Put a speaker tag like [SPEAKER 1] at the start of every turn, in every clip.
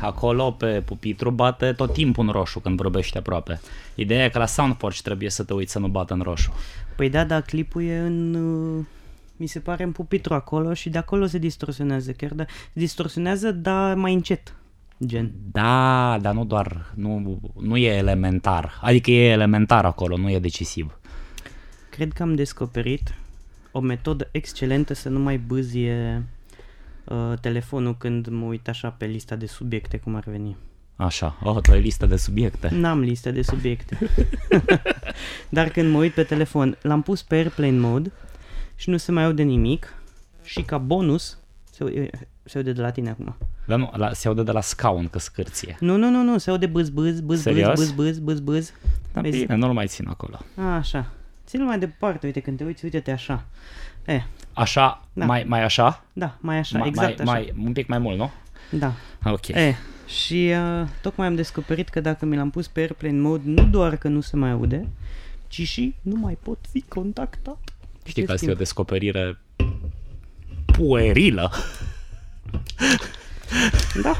[SPEAKER 1] acolo pe pupitru bate tot timpul în roșu când vorbește aproape. Ideea e că la soundporch trebuie să te uiți să nu bată în roșu.
[SPEAKER 2] Păi da, dar clipul e în... uh, Mi se pare în pupitru acolo și de acolo se distorsionează chiar, dar se distorsionează, dar mai încet. Gen.
[SPEAKER 1] Da, dar nu doar, nu, nu e elementar. Adică e elementar acolo, nu e decisiv.
[SPEAKER 2] Cred că am descoperit o metodă excelentă să nu mai bâzie uh, telefonul când mă uit așa pe lista de subiecte cum ar veni.
[SPEAKER 1] Așa, oh, tu ai listă de subiecte.
[SPEAKER 2] N-am listă de subiecte. Dar când mă uit pe telefon, l-am pus pe airplane mode și nu se mai aude nimic și ca bonus se, au- se aude de la tine acum.
[SPEAKER 1] Dar nu, la, se aude de la scaun că scârție.
[SPEAKER 2] Nu, nu, nu, nu, se aude bâz, bâz, bâz,
[SPEAKER 1] Serios?
[SPEAKER 2] bâz, bâz, bâz, bâz, bâz.
[SPEAKER 1] Dar
[SPEAKER 2] Vezi?
[SPEAKER 1] bine, nu-l mai țin acolo.
[SPEAKER 2] A, așa. Ține-l mai departe, uite, când te uiți, uite-te așa. E,
[SPEAKER 1] Așa,
[SPEAKER 2] Da.
[SPEAKER 1] mai, mai așa?
[SPEAKER 2] da, mai așa,
[SPEAKER 1] mai,
[SPEAKER 2] exact
[SPEAKER 1] mai,
[SPEAKER 2] așa.
[SPEAKER 1] Mai, un pic mai mult, nu?
[SPEAKER 2] Da.
[SPEAKER 1] Ok.
[SPEAKER 2] E, și uh, tocmai am descoperit că dacă mi l-am pus pe airplane mode, nu doar că nu se mai aude, ci și nu mai pot fi contactat.
[SPEAKER 1] Știi
[SPEAKER 2] Se
[SPEAKER 1] că asta e o
[SPEAKER 2] schimbă.
[SPEAKER 1] descoperire puerilă.
[SPEAKER 2] Da,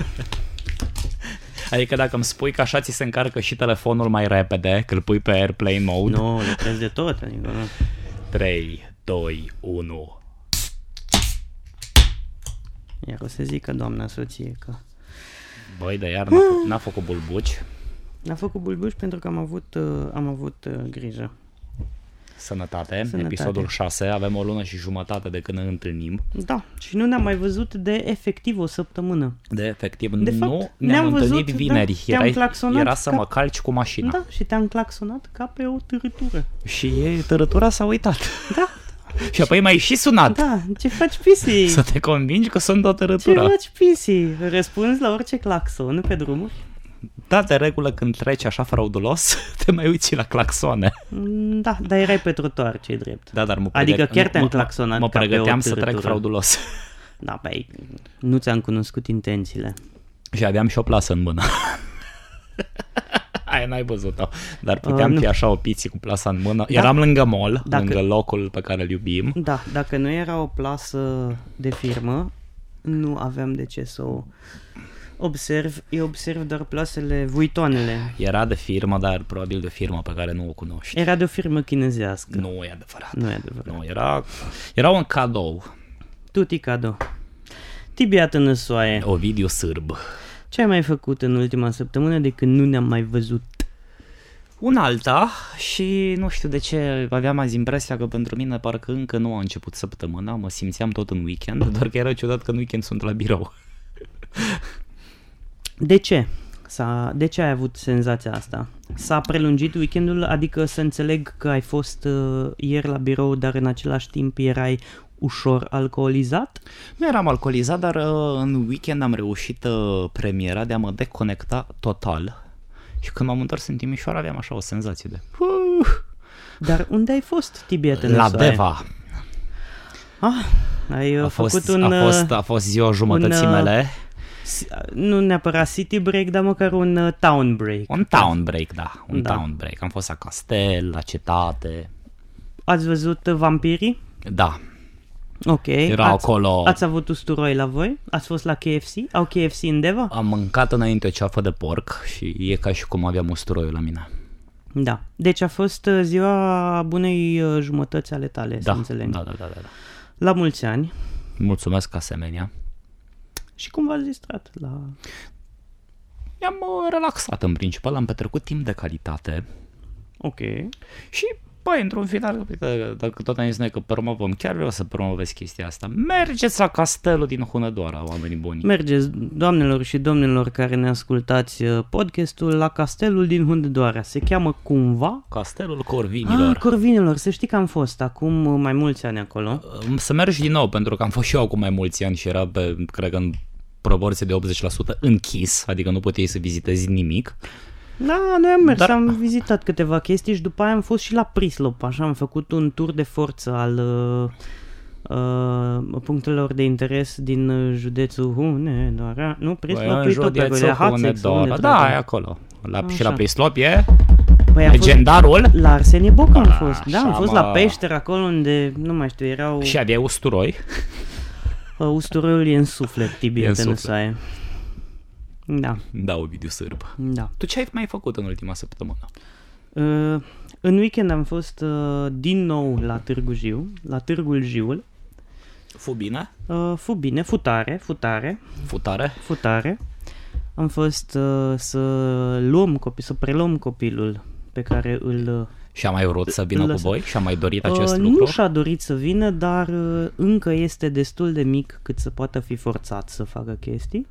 [SPEAKER 1] Adică dacă îmi spui că așa ți se încarcă și telefonul mai repede, că îl pui pe airplane mode.
[SPEAKER 2] Nu, no, lucrez de tot, adică nu.
[SPEAKER 1] 3, 2, 1.
[SPEAKER 2] Iar o să zică doamna soție că
[SPEAKER 1] Băi, de iar n-a, fă- n-a făcut bulbuci.
[SPEAKER 2] n-a făcut bulbuș pentru că am avut, uh, am avut uh, grijă.
[SPEAKER 1] Sănătate.
[SPEAKER 2] Sănătate.
[SPEAKER 1] Episodul 6. Avem o lună și jumătate de când ne întâlnim.
[SPEAKER 2] Da, și nu ne-am mai văzut de efectiv o săptămână.
[SPEAKER 1] De efectiv,
[SPEAKER 2] De
[SPEAKER 1] nu
[SPEAKER 2] fapt,
[SPEAKER 1] ne-am,
[SPEAKER 2] ne-am
[SPEAKER 1] întâlnit
[SPEAKER 2] văzut,
[SPEAKER 1] vineri.
[SPEAKER 2] da, te-am claxonat
[SPEAKER 1] era să
[SPEAKER 2] ca-
[SPEAKER 1] mă calci cu mașina.
[SPEAKER 2] Da, și te-am claxonat ca pe o târâtură.
[SPEAKER 1] Și e, tărătura s-a uitat.
[SPEAKER 2] Da,
[SPEAKER 1] și apoi mai și sunat.
[SPEAKER 2] da, ce faci pisi?
[SPEAKER 1] Să da. te convingi că sunt o
[SPEAKER 2] Ce
[SPEAKER 1] tărătură.
[SPEAKER 2] faci pisi? Răspunzi la orice claxon pe drumuri?
[SPEAKER 1] Da, de regulă când treci așa fraudulos, te mai uiți și la claxoane.
[SPEAKER 2] Mm, Da, dar erai pe trotuar, ce drept.
[SPEAKER 1] Da, dar mă
[SPEAKER 2] Adică
[SPEAKER 1] pregăte-
[SPEAKER 2] chiar te-am
[SPEAKER 1] mă- mă-
[SPEAKER 2] claxonat
[SPEAKER 1] Mă
[SPEAKER 2] ca pe o
[SPEAKER 1] pregăteam să trec
[SPEAKER 2] târâtură.
[SPEAKER 1] fraudulos.
[SPEAKER 2] Da, băi, nu ți-am cunoscut intențiile.
[SPEAKER 1] Și aveam și o plasă în mână. Aia n-ai văzut-o, dar
[SPEAKER 2] A,
[SPEAKER 1] puteam
[SPEAKER 2] nu. Da.
[SPEAKER 1] fi așa o piții cu plasa în mână. Eram lângă mall,
[SPEAKER 2] Dacă-
[SPEAKER 1] lângă locul pe care îl iubim.
[SPEAKER 2] Da, dacă nu era o plasă de firmă, nu aveam de ce să o observ. Eu observ doar plasele vuitoanele.
[SPEAKER 1] Era de firmă, dar probabil de firmă pe care nu o cunoști.
[SPEAKER 2] Era de o firmă chinezească.
[SPEAKER 1] Nu e adevărat.
[SPEAKER 2] Nu e adevărat.
[SPEAKER 1] Nu, era, era un cadou.
[SPEAKER 2] Tuti cadou. Tibiat în soaie.
[SPEAKER 1] Ovidiu Sârb.
[SPEAKER 2] Ce ai mai făcut în ultima săptămână de când nu ne-am mai văzut?
[SPEAKER 1] Un alta și nu știu de ce aveam azi impresia că pentru mine parcă încă nu a început săptămâna, mă simțeam tot în weekend, doar că era ciudat că în weekend sunt la birou.
[SPEAKER 2] De ce? S-a, de ce ai avut senzația asta? S-a prelungit weekendul, adică să înțeleg că ai fost uh, ieri la birou, dar în același timp erai ușor alcoolizat?
[SPEAKER 1] Nu eram alcoolizat, dar uh, în weekend am reușit uh, premiera de a mă deconecta total și când m-am întors în Timișoara aveam așa o senzație de... Uh,
[SPEAKER 2] Dar unde ai fost, Tibiat în
[SPEAKER 1] la
[SPEAKER 2] soare?
[SPEAKER 1] Deva!
[SPEAKER 2] Ah, ai
[SPEAKER 1] A
[SPEAKER 2] a făcut
[SPEAKER 1] fost,
[SPEAKER 2] un,
[SPEAKER 1] a, fost,
[SPEAKER 2] uh,
[SPEAKER 1] a fost ziua jumătății
[SPEAKER 2] un, uh,
[SPEAKER 1] mele.
[SPEAKER 2] s- nu neapărat city break, dar măcar un uh, town break.
[SPEAKER 1] Un town break, da. Un
[SPEAKER 2] Da.
[SPEAKER 1] town break. Am fost la castel, la cetate.
[SPEAKER 2] Ați văzut uh, vampirii?
[SPEAKER 1] Da,
[SPEAKER 2] Ok.
[SPEAKER 1] era
[SPEAKER 2] ați,
[SPEAKER 1] acolo...
[SPEAKER 2] Ați avut usturoi la voi? Ați fost la KFC? Au KFC în Deva?
[SPEAKER 1] Am mâncat înainte o ceafă de porc și e ca și cum aveam usturoiul la mine.
[SPEAKER 2] Da. Deci a fost uh, ziua bunei uh, jumătăți ale tale, să
[SPEAKER 1] Da,
[SPEAKER 2] înțeleg.
[SPEAKER 1] da, da, da, da. da.
[SPEAKER 2] La mulți ani.
[SPEAKER 1] Mulțumesc asemenea.
[SPEAKER 2] Și cum v-ați distrat la...
[SPEAKER 1] Mi-am uh, relaxat în principal, am petrecut timp de calitate
[SPEAKER 2] Ok.
[SPEAKER 1] și, băi, într-un final, uite, dacă tot am zis noi că promovăm, chiar vreau să promovez chestia asta. Mergeți la castelul din Hunedoara, oamenii buni.
[SPEAKER 2] Mergeți, doamnelor și domnilor care ne ascultați uh, podcastul, la castelul din Hundedoara. Se cheamă cumva...
[SPEAKER 1] Castelul
[SPEAKER 2] Ah,
[SPEAKER 1] Corvinilor.
[SPEAKER 2] Corvinilor, să știi că am fost acum uh, mai mulți ani acolo.
[SPEAKER 1] Um, Să mergi din nou, pentru că am fost și eu acum mai mulți ani și era, pe, cred că, în proporție de 80% închis, adică nu puteai să vizitezi nimic.
[SPEAKER 2] Da, noi am mers,
[SPEAKER 1] Dar-
[SPEAKER 2] Dar... am vizitat câteva chestii și după aia am fost și la Prislop, așa, am făcut un tur de forță al uh, uh, punctelor de interes din uh, județul Hunedoara, nu, Prislop e tot pe acolo, e Hațex,
[SPEAKER 1] Hunedoara. Da, e acolo. La, și la
[SPEAKER 2] Așa.
[SPEAKER 1] Prislop e
[SPEAKER 2] păi am fost
[SPEAKER 1] legendarul
[SPEAKER 2] la Arsenie Boc am
[SPEAKER 1] Da,
[SPEAKER 2] fost, da, am
[SPEAKER 1] așa,
[SPEAKER 2] fost
[SPEAKER 1] mă.
[SPEAKER 2] la peșteră acolo unde, nu mai știu, erau
[SPEAKER 1] și avea usturoi.
[SPEAKER 2] uh, usturoiul e în suflet,
[SPEAKER 1] E în
[SPEAKER 2] Tibie
[SPEAKER 1] suflet.
[SPEAKER 2] Tănăsaie. Da,
[SPEAKER 1] Da, Ovidiu Sârb.
[SPEAKER 2] da.
[SPEAKER 1] Tu ce ai mai făcut în ultima săptămână?
[SPEAKER 2] Uh, în weekend am fost uh, din nou la Târgu Jiu, la Târgul Jiul.
[SPEAKER 1] Fu bine?
[SPEAKER 2] Uh, fu bine, futare, futare,
[SPEAKER 1] Futare?
[SPEAKER 2] futare. Am fost uh, să luăm copii, să preluăm copilul pe care îl... uh,
[SPEAKER 1] Și-a mai vrut să vină cu
[SPEAKER 2] Lăsa-
[SPEAKER 1] voi? Și-a mai dorit acest
[SPEAKER 2] Uh,
[SPEAKER 1] lucru?
[SPEAKER 2] Nu și-a dorit să vină, dar uh, încă este destul de mic cât să poată fi forțat să facă chestii.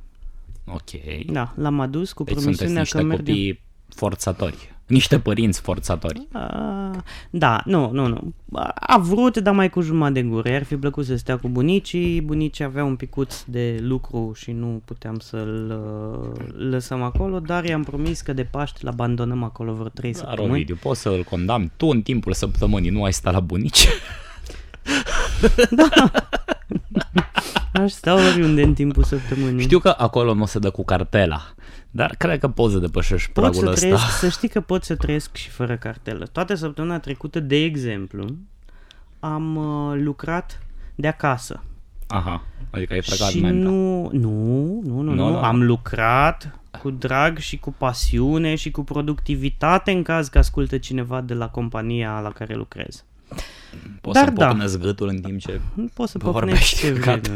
[SPEAKER 1] Ok.
[SPEAKER 2] Da, l-am adus cu
[SPEAKER 1] Deci sunteți
[SPEAKER 2] promisiunea
[SPEAKER 1] niște
[SPEAKER 2] că mergem...
[SPEAKER 1] copii forțatori. Niște părinți forțatori.
[SPEAKER 2] A, Da, nu, nu, nu. A- A vrut, dar mai cu jumătate de gură. I-ar fi plăcut să stea cu bunicii. Bunicii avea un picuț de lucru și nu puteam să-l uh, lăsăm acolo, dar i-am promis că de Paști l-abandonăm acolo vreo 3
[SPEAKER 1] Dar,
[SPEAKER 2] săptămâni.
[SPEAKER 1] Ovidiu, poți să-l condamni. Tu în timpul săptămânii nu ai stat la bunici?
[SPEAKER 2] Mm. Aș sta oriunde în timpul săptămânii.
[SPEAKER 1] Știu că acolo nu se dă cu cartela, dar cred că poți să depășești
[SPEAKER 2] pot
[SPEAKER 1] pragul
[SPEAKER 2] să
[SPEAKER 1] ăsta.
[SPEAKER 2] trăiesc, să știi că pot să trăiesc și fără cartelă. Toată săptămâna trecută, de exemplu, am uh, lucrat de acasă.
[SPEAKER 1] Aha, adică ai plecat
[SPEAKER 2] Și
[SPEAKER 1] menta.
[SPEAKER 2] nu, nu, nu, nu,
[SPEAKER 1] Nu, da.
[SPEAKER 2] nu,
[SPEAKER 1] nu.
[SPEAKER 2] am lucrat cu drag și cu pasiune și cu productivitate în caz că ascultă cineva de la compania la care lucrez.
[SPEAKER 1] Poți să
[SPEAKER 2] Dar da.
[SPEAKER 1] pocnesc gâtul în timp ce...
[SPEAKER 2] Nu poți să
[SPEAKER 1] Vă
[SPEAKER 2] pocnești ce
[SPEAKER 1] vorbește
[SPEAKER 2] vrei,
[SPEAKER 1] gata.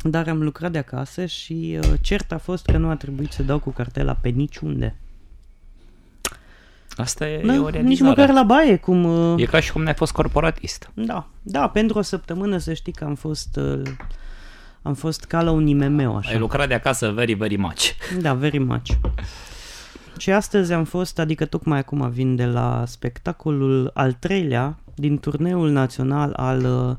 [SPEAKER 2] nu. Dar am lucrat de acasă și uh, cert a fost că nu a trebuit să dau cu cartela pe niciunde.
[SPEAKER 1] Asta e,
[SPEAKER 2] Da,
[SPEAKER 1] e o realizare.
[SPEAKER 2] nici măcar la baie, cum... uh,
[SPEAKER 1] E ca și cum n-ai fost corporatist.
[SPEAKER 2] Da, da, pentru o săptămână să știi că am fost... uh, Am fost ca la un IMM, așa.
[SPEAKER 1] Ai lucrat de acasă very, very much.
[SPEAKER 2] Da, very much. Și astăzi am fost, adică tocmai acum vin de la spectacolul al treilea din turneul național al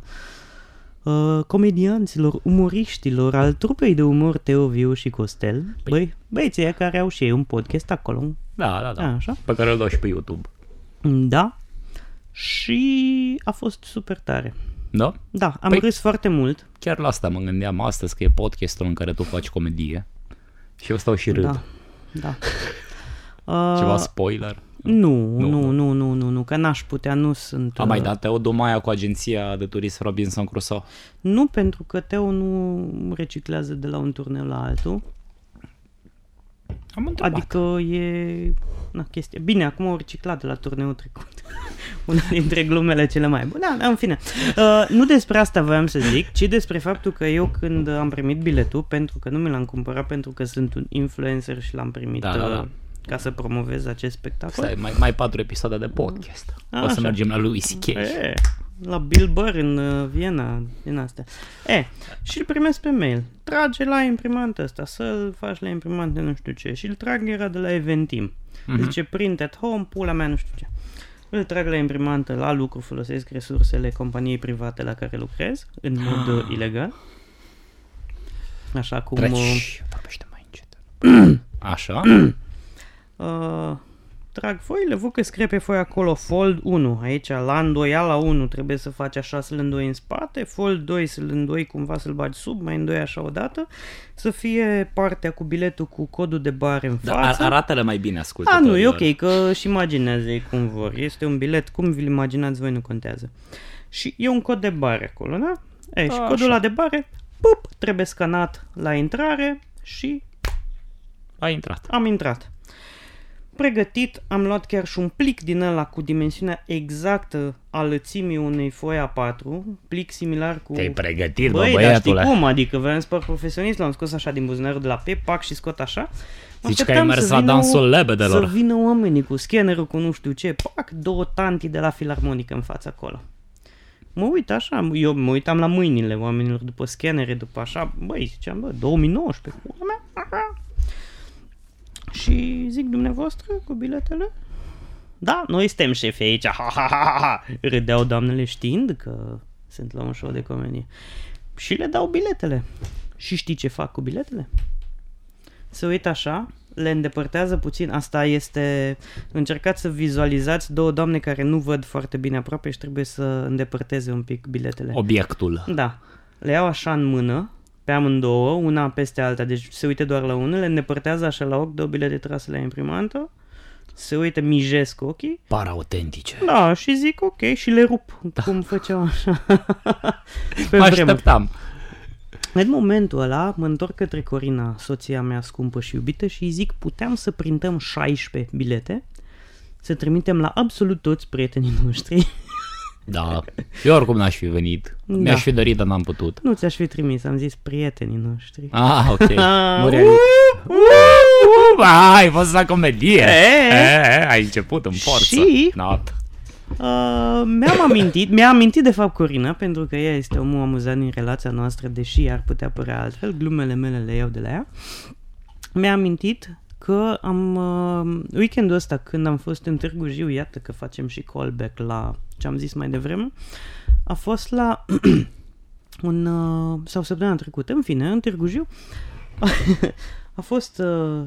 [SPEAKER 2] uh, uh, comedianților, umoriștilor, al trupei de umor Teo Viu și Costel. Păi. Băi, băieții ăia care au și ei un podcast acolo.
[SPEAKER 1] Da, da, da.
[SPEAKER 2] A, așa.
[SPEAKER 1] Pe care îl dau și pe YouTube.
[SPEAKER 2] Da. Și a fost super tare.
[SPEAKER 1] Da?
[SPEAKER 2] Da, am
[SPEAKER 1] Păi-
[SPEAKER 2] păi. râs foarte mult.
[SPEAKER 1] Chiar la asta mă gândeam astăzi că e podcastul în care tu faci comedie. Și eu stau și râd.
[SPEAKER 2] Da,
[SPEAKER 1] Da.
[SPEAKER 2] da.
[SPEAKER 1] Ceva
[SPEAKER 2] Uh,
[SPEAKER 1] spoiler.
[SPEAKER 2] nu, nu, nu, nu, nu, nu, că n-aș putea, nu sunt...
[SPEAKER 1] A mai
[SPEAKER 2] uh,
[SPEAKER 1] dat o dumaia cu agenția de turist Robinson Crusoe?
[SPEAKER 2] Nu, pentru că Teo nu reciclează de la un turneu la altul.
[SPEAKER 1] Am întrebat.
[SPEAKER 2] Adică e... Na, chestie. Bine, acum au reciclat de la turneul trecut. Una dintre glumele cele mai bune. Da, da, în fine. Uh, nu despre asta voiam să zic, ci despre faptul că eu când am primit biletul, pentru că nu mi l-am cumpărat, pentru că sunt un influencer și l-am primit
[SPEAKER 1] Da, da, da.
[SPEAKER 2] uh, ca să promovez acest spectacol.
[SPEAKER 1] Stai, mai, mai patru episoade de podcast.
[SPEAKER 2] A,
[SPEAKER 1] o să
[SPEAKER 2] așa.
[SPEAKER 1] mergem la lui C.K.
[SPEAKER 2] E, la Bill Burr în uh, Viena, din astea. E, și îl primesc pe mail. Trage la imprimant ăsta, să-l faci la imprimant de nu știu ce. Și îl trag, era de la Eventim. Mm-hmm. Zice print at home, pula mea, nu știu ce. Îl trag la imprimantă, la lucru, folosesc resursele companiei private la care lucrez, în mod uh, ilegal. Așa cum... uh,
[SPEAKER 1] Treci. Vorbește mai încet. Așa.
[SPEAKER 2] Uh, trag foile, văd că scrie pe foaie acolo fold 1, aici la îndoiala 1 trebuie să faci așa să-l îndoi în spate, fold 2 să-l îndoi cumva să-l bagi sub, mai îndoi așa odată, să fie partea cu biletul cu codul de bare în
[SPEAKER 1] Da, ar,
[SPEAKER 2] față.
[SPEAKER 1] arată-le mai bine
[SPEAKER 2] A,
[SPEAKER 1] ascultătorilor.
[SPEAKER 2] nu, e ok, că își imaginează ei cum vor. Este un bilet, cum vi-l imaginați voi, nu contează. Și e un cod de bare acolo, da? E, și
[SPEAKER 1] Așa.
[SPEAKER 2] codul ăla de bare, pup, trebuie scanat la intrare și
[SPEAKER 1] A intrat.
[SPEAKER 2] am intrat. Pregătit, am luat chiar și un plic din ăla cu dimensiunea exactă a lățimii unei foi A4, plic similar cu...
[SPEAKER 1] Te-ai pregătit, bă,
[SPEAKER 2] Băi, dar știi
[SPEAKER 1] băiatule.
[SPEAKER 2] cum, adică voiam să par profesionist, l-am scos așa din buzunarul de la pe, pac și scot așa. Mă
[SPEAKER 1] Zici că ai
[SPEAKER 2] așteptam
[SPEAKER 1] mers
[SPEAKER 2] să
[SPEAKER 1] la
[SPEAKER 2] vină-
[SPEAKER 1] dansul lebedelor.
[SPEAKER 2] Să vină oamenii cu scannerul, cu nu știu ce, pac, două tanti de la filarmonică în fața acolo. Mă uit așa, eu mă uitam la mâinile oamenilor după scanere, după așa, băi, ziceam, bă, 2019, pula mea, aha. Și zic dumneavoastră cu biletele? Da, noi suntem șefi aici, ha, ha, ha, ha, ha. Râdeau doamnele știind că sunt la un show de comedie. Și le dau biletele. Și știi ce fac cu biletele? Se uită așa, le îndepărtează puțin. Asta este... Încercați să vizualizați două doamne care nu văd foarte bine aproape și trebuie să îndepărteze un pic biletele.
[SPEAKER 1] Obiectul.
[SPEAKER 2] Da. Le iau așa în mână, pe amândouă, una peste alta, deci se uite doar la unele, îndepărtează așa la ochi, dă bilete trase la imprimantă, se uită, mijesc ochii,
[SPEAKER 1] Par autentice.
[SPEAKER 2] da, și zic ok și le rup, da. cum făceau așa. pe
[SPEAKER 1] Mă
[SPEAKER 2] vremuri.
[SPEAKER 1] așteptam.
[SPEAKER 2] În momentul ăla mă întorc către Corina, soția mea scumpă și iubită și îi zic puteam să printăm 16 bilete, să trimitem la absolut toți prietenii noștri.
[SPEAKER 1] Da. Eu oricum n-aș fi venit.
[SPEAKER 2] Da.
[SPEAKER 1] Mi-aș fi dorit, dar n-am putut.
[SPEAKER 2] Nu ți-aș fi trimis, am zis prietenii noștri.
[SPEAKER 1] Ah, ok.
[SPEAKER 2] Ah, uh,
[SPEAKER 1] Nu reali- Ah, Ai fost la comedie. Eh, Ai început în forță.
[SPEAKER 2] Și-
[SPEAKER 1] Not.
[SPEAKER 2] Uh, mi-am amintit, mi-a amintit de fapt Corina, pentru că ea este omul amuzant din relația noastră, deși ar putea părea altfel, glumele mele le iau de la ea. Mi-a amintit că am uh, weekendul ăsta când am fost în Târgu Jiu, iată că facem și callback la ce am zis mai devreme, a fost la un, uh, sau săptămâna trecută, în fine, în Târgu Jiu, a fost uh,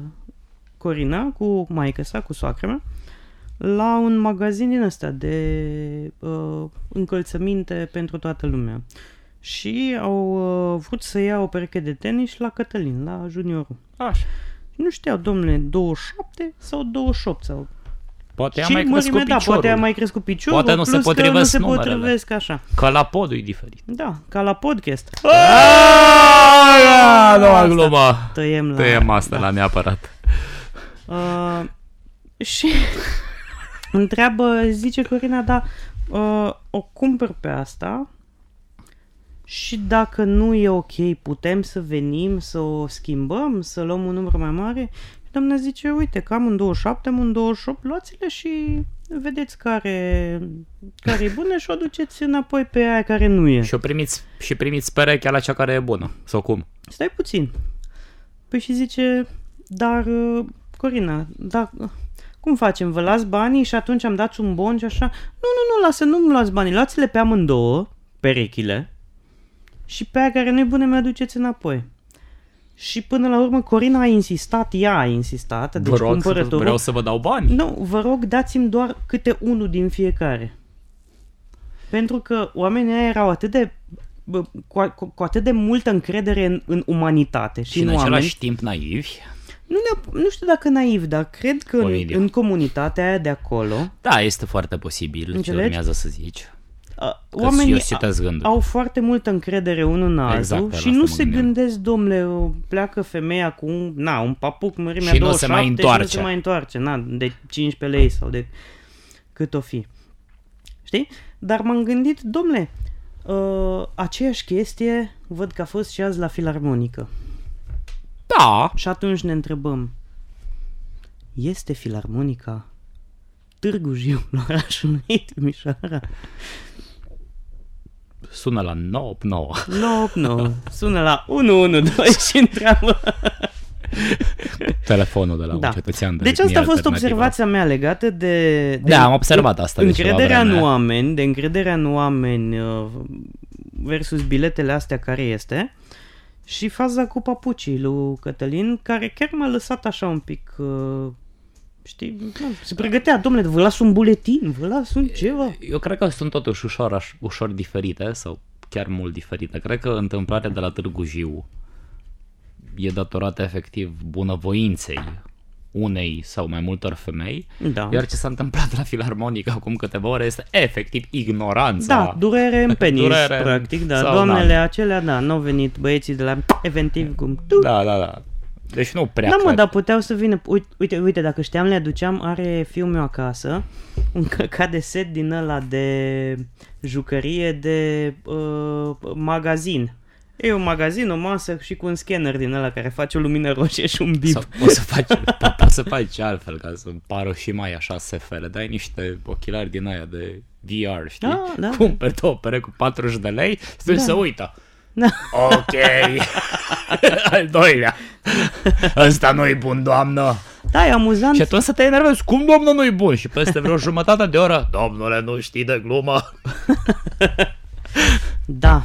[SPEAKER 2] Corina cu maica sa, cu soacra mea, la un magazin din ăsta de uh, încălțăminte pentru toată lumea. Și au uh, vrut să ia o pereche de tenis la Cătălin, la juniorul.
[SPEAKER 1] Așa.
[SPEAKER 2] Nu știau, domnule, 27 sau 28 sau...
[SPEAKER 1] Poate a
[SPEAKER 2] și
[SPEAKER 1] mai
[SPEAKER 2] mărimea,
[SPEAKER 1] crescut
[SPEAKER 2] da, poate a
[SPEAKER 1] piciorul.
[SPEAKER 2] mai crescut piciorul,
[SPEAKER 1] Poate nu se
[SPEAKER 2] plus că nu
[SPEAKER 1] potrivesc
[SPEAKER 2] se
[SPEAKER 1] numerele.
[SPEAKER 2] potrivesc așa.
[SPEAKER 1] Că la podul e diferit.
[SPEAKER 2] Da, ca la podcast.
[SPEAKER 1] Aaa,
[SPEAKER 2] Ah, Asta. Da.
[SPEAKER 1] doua glumă.
[SPEAKER 2] Tăiem la...
[SPEAKER 1] Tăiem asta la neapărat.
[SPEAKER 2] Uh, și întreabă, zice Corina, da, uh, o cumpăr pe asta și dacă nu e ok, putem să venim, să o schimbăm, să luăm un număr mai mare? Și doamna zice, uite, că am un 27, am un 28, luați-le și vedeți care, care e bună și o duceți înapoi pe aia care nu e.
[SPEAKER 1] Și o primiți, și primiți perechea la cea care e bună. Sau cum?
[SPEAKER 2] Stai puțin. Păi și zice, dar, uh, Corina, da, cum facem? Vă las banii și atunci am dat un bon și așa? Nu, nu, nu, lasă, nu-mi luați banii, luați-le pe amândouă, perechile, și pe aia care nu-i bună mi-aduceți înapoi. Și până la urmă Corina a insistat, ea a insistat, deci
[SPEAKER 1] Vă rog, să-
[SPEAKER 2] cumpărătorul...
[SPEAKER 1] vreau să vă dau bani.
[SPEAKER 2] Nu, vă rog, dați-mi doar câte unul din fiecare. Pentru că oamenii aia erau atât de bă, cu, a- cu, cu atât de multă încredere în, în umanitate și,
[SPEAKER 1] Și în
[SPEAKER 2] în oameni.
[SPEAKER 1] același timp naivi.
[SPEAKER 2] Nu, ne, nu știu dacă naiv, dar cred că
[SPEAKER 1] O
[SPEAKER 2] în,
[SPEAKER 1] idee.
[SPEAKER 2] în comunitatea aia de acolo
[SPEAKER 1] Da, este foarte posibil ce
[SPEAKER 2] Înțelegi?
[SPEAKER 1] urmează să zici.
[SPEAKER 2] a,
[SPEAKER 1] Că
[SPEAKER 2] oamenii
[SPEAKER 1] eu
[SPEAKER 2] a,
[SPEAKER 1] citesc gândul.
[SPEAKER 2] au foarte multă încredere unul în altul
[SPEAKER 1] Exact,
[SPEAKER 2] exact,
[SPEAKER 1] la
[SPEAKER 2] și
[SPEAKER 1] asta
[SPEAKER 2] nu
[SPEAKER 1] mă
[SPEAKER 2] se
[SPEAKER 1] gândeam.
[SPEAKER 2] gândesc, domnule, o- pleacă femeia cu un, na, un papuc mărimea
[SPEAKER 1] Și nu se
[SPEAKER 2] 27
[SPEAKER 1] mai
[SPEAKER 2] și nu
[SPEAKER 1] întoarce.
[SPEAKER 2] se mai întoarce, na, de 15 lei sau de cât o fi. Știi? Dar m-am gândit, domnule, uh, aceeași chestie văd că a fost și azi la filarmonică.
[SPEAKER 1] Da,
[SPEAKER 2] Și atunci ne întrebăm, este filarmonica Târgu Jiu, la orașul Unit, Mișoara?
[SPEAKER 1] sună la 9
[SPEAKER 2] 9 9 Sună la 112 și întreabă.
[SPEAKER 1] telefonul de la
[SPEAKER 2] Da.
[SPEAKER 1] un cetățean. De
[SPEAKER 2] Deci asta a
[SPEAKER 1] etnie
[SPEAKER 2] fost
[SPEAKER 1] alternativă.
[SPEAKER 2] observația mea legată de... de
[SPEAKER 1] Da, am observat asta de ceva
[SPEAKER 2] Încrederea în
[SPEAKER 1] vreme.
[SPEAKER 2] oameni, de încrederea în oameni uh, versus biletele astea care este și faza cu papucii lui Cătălin, care chiar m-a lăsat așa un pic... Uh, știi, na, se pregătea, domnule, vă las un buletin, vă las un ceva.
[SPEAKER 1] Eu cred că sunt totuși ușor, aș, ușor diferite sau chiar mult diferite. Cred că întâmplarea de la Târgu Jiu e datorată efectiv bunăvoinței unei sau mai multor femei,
[SPEAKER 2] Da.
[SPEAKER 1] iar ce s-a întâmplat la Filarmonică acum câteva ore este efectiv ignoranța.
[SPEAKER 2] Da, durere în penis,
[SPEAKER 1] Durere în-
[SPEAKER 2] practic, da.
[SPEAKER 1] sau,
[SPEAKER 2] Doamnele
[SPEAKER 1] da.
[SPEAKER 2] acelea, da, n-au venit băieții de la eventiv cum tu.
[SPEAKER 1] da, da, da. Deci nu prea
[SPEAKER 2] Da, mă,
[SPEAKER 1] cred.
[SPEAKER 2] dar puteau să vină. Uite, uite, uite, dacă știam, le aduceam. Are fiul meu acasă un căcat de set din ăla de jucărie de uh, magazin. E un magazin, o masă și cu un scanner din ăla care face o lumină roșie și un bip.
[SPEAKER 1] Sau poți să faci, po- poți să faci altfel ca să pară și mai așa SFL. Dai niște ochelari din aia de VR, știi?
[SPEAKER 2] Da, da.
[SPEAKER 1] Cumperi două pere cu 40 de lei și da. să uită.
[SPEAKER 2] Da.
[SPEAKER 1] Ok. Al doilea. Ăsta nu-i bun, doamnă.
[SPEAKER 2] Da, e amuzant.
[SPEAKER 1] Și atunci să te enervezi. Cum, doamnă, nu-i bun? Și peste vreo jumătate de oră, domnule, nu știi de glumă.
[SPEAKER 2] Da.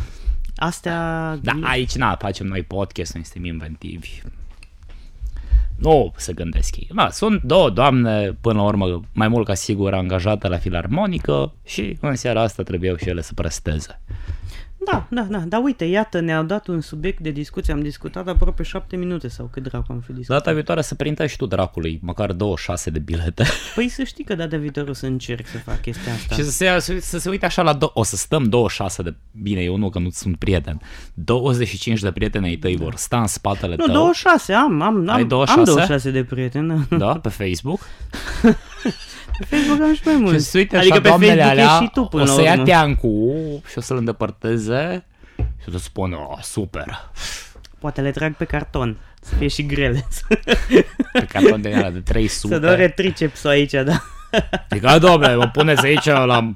[SPEAKER 2] Astea...
[SPEAKER 1] Da, aici, na, facem noi podcast, noi suntem inventivi. Nu se gândesc ei. Da, sunt două doamne, până la urmă, mai mult ca sigur, angajate la filarmonică și în seara asta trebuiau și ele să presteze.
[SPEAKER 2] Da, da, da, da, uite, iată, ne-au dat un subiect de discuție, am discutat aproape șapte minute sau cât dracu am fi discutat.
[SPEAKER 1] Data viitoare să printești tu dracului măcar 26 de bilete
[SPEAKER 2] Păi să știi că data viitoare o să încerc să fac chestia asta.
[SPEAKER 1] și să se, să se uite așa la... Do- o să stăm 26 de... Bine, eu nu, că nu sunt prieten. 25 de prieteni ai tăi vor sta în spatele
[SPEAKER 2] Nu,
[SPEAKER 1] tău.
[SPEAKER 2] 26, am, am,
[SPEAKER 1] Ai
[SPEAKER 2] am,
[SPEAKER 1] 26?
[SPEAKER 2] am 26 de prieteni. da.
[SPEAKER 1] Da, pe Facebook.
[SPEAKER 2] Pe Facebook am și mai mulți.
[SPEAKER 1] Și să uite
[SPEAKER 2] adică
[SPEAKER 1] așa,
[SPEAKER 2] pe
[SPEAKER 1] doamnele
[SPEAKER 2] Facebook
[SPEAKER 1] alea,
[SPEAKER 2] e și tu până
[SPEAKER 1] o
[SPEAKER 2] la
[SPEAKER 1] să
[SPEAKER 2] urmă.
[SPEAKER 1] ia teancu și o să-l îndepărteze și o să spună, oh, super,
[SPEAKER 2] Poate le trag pe carton, să fie și grele.
[SPEAKER 1] pe carton de ala de 300.
[SPEAKER 2] să doare tricepsul aici, da.
[SPEAKER 1] Adică, domnule, mă puneți aici la...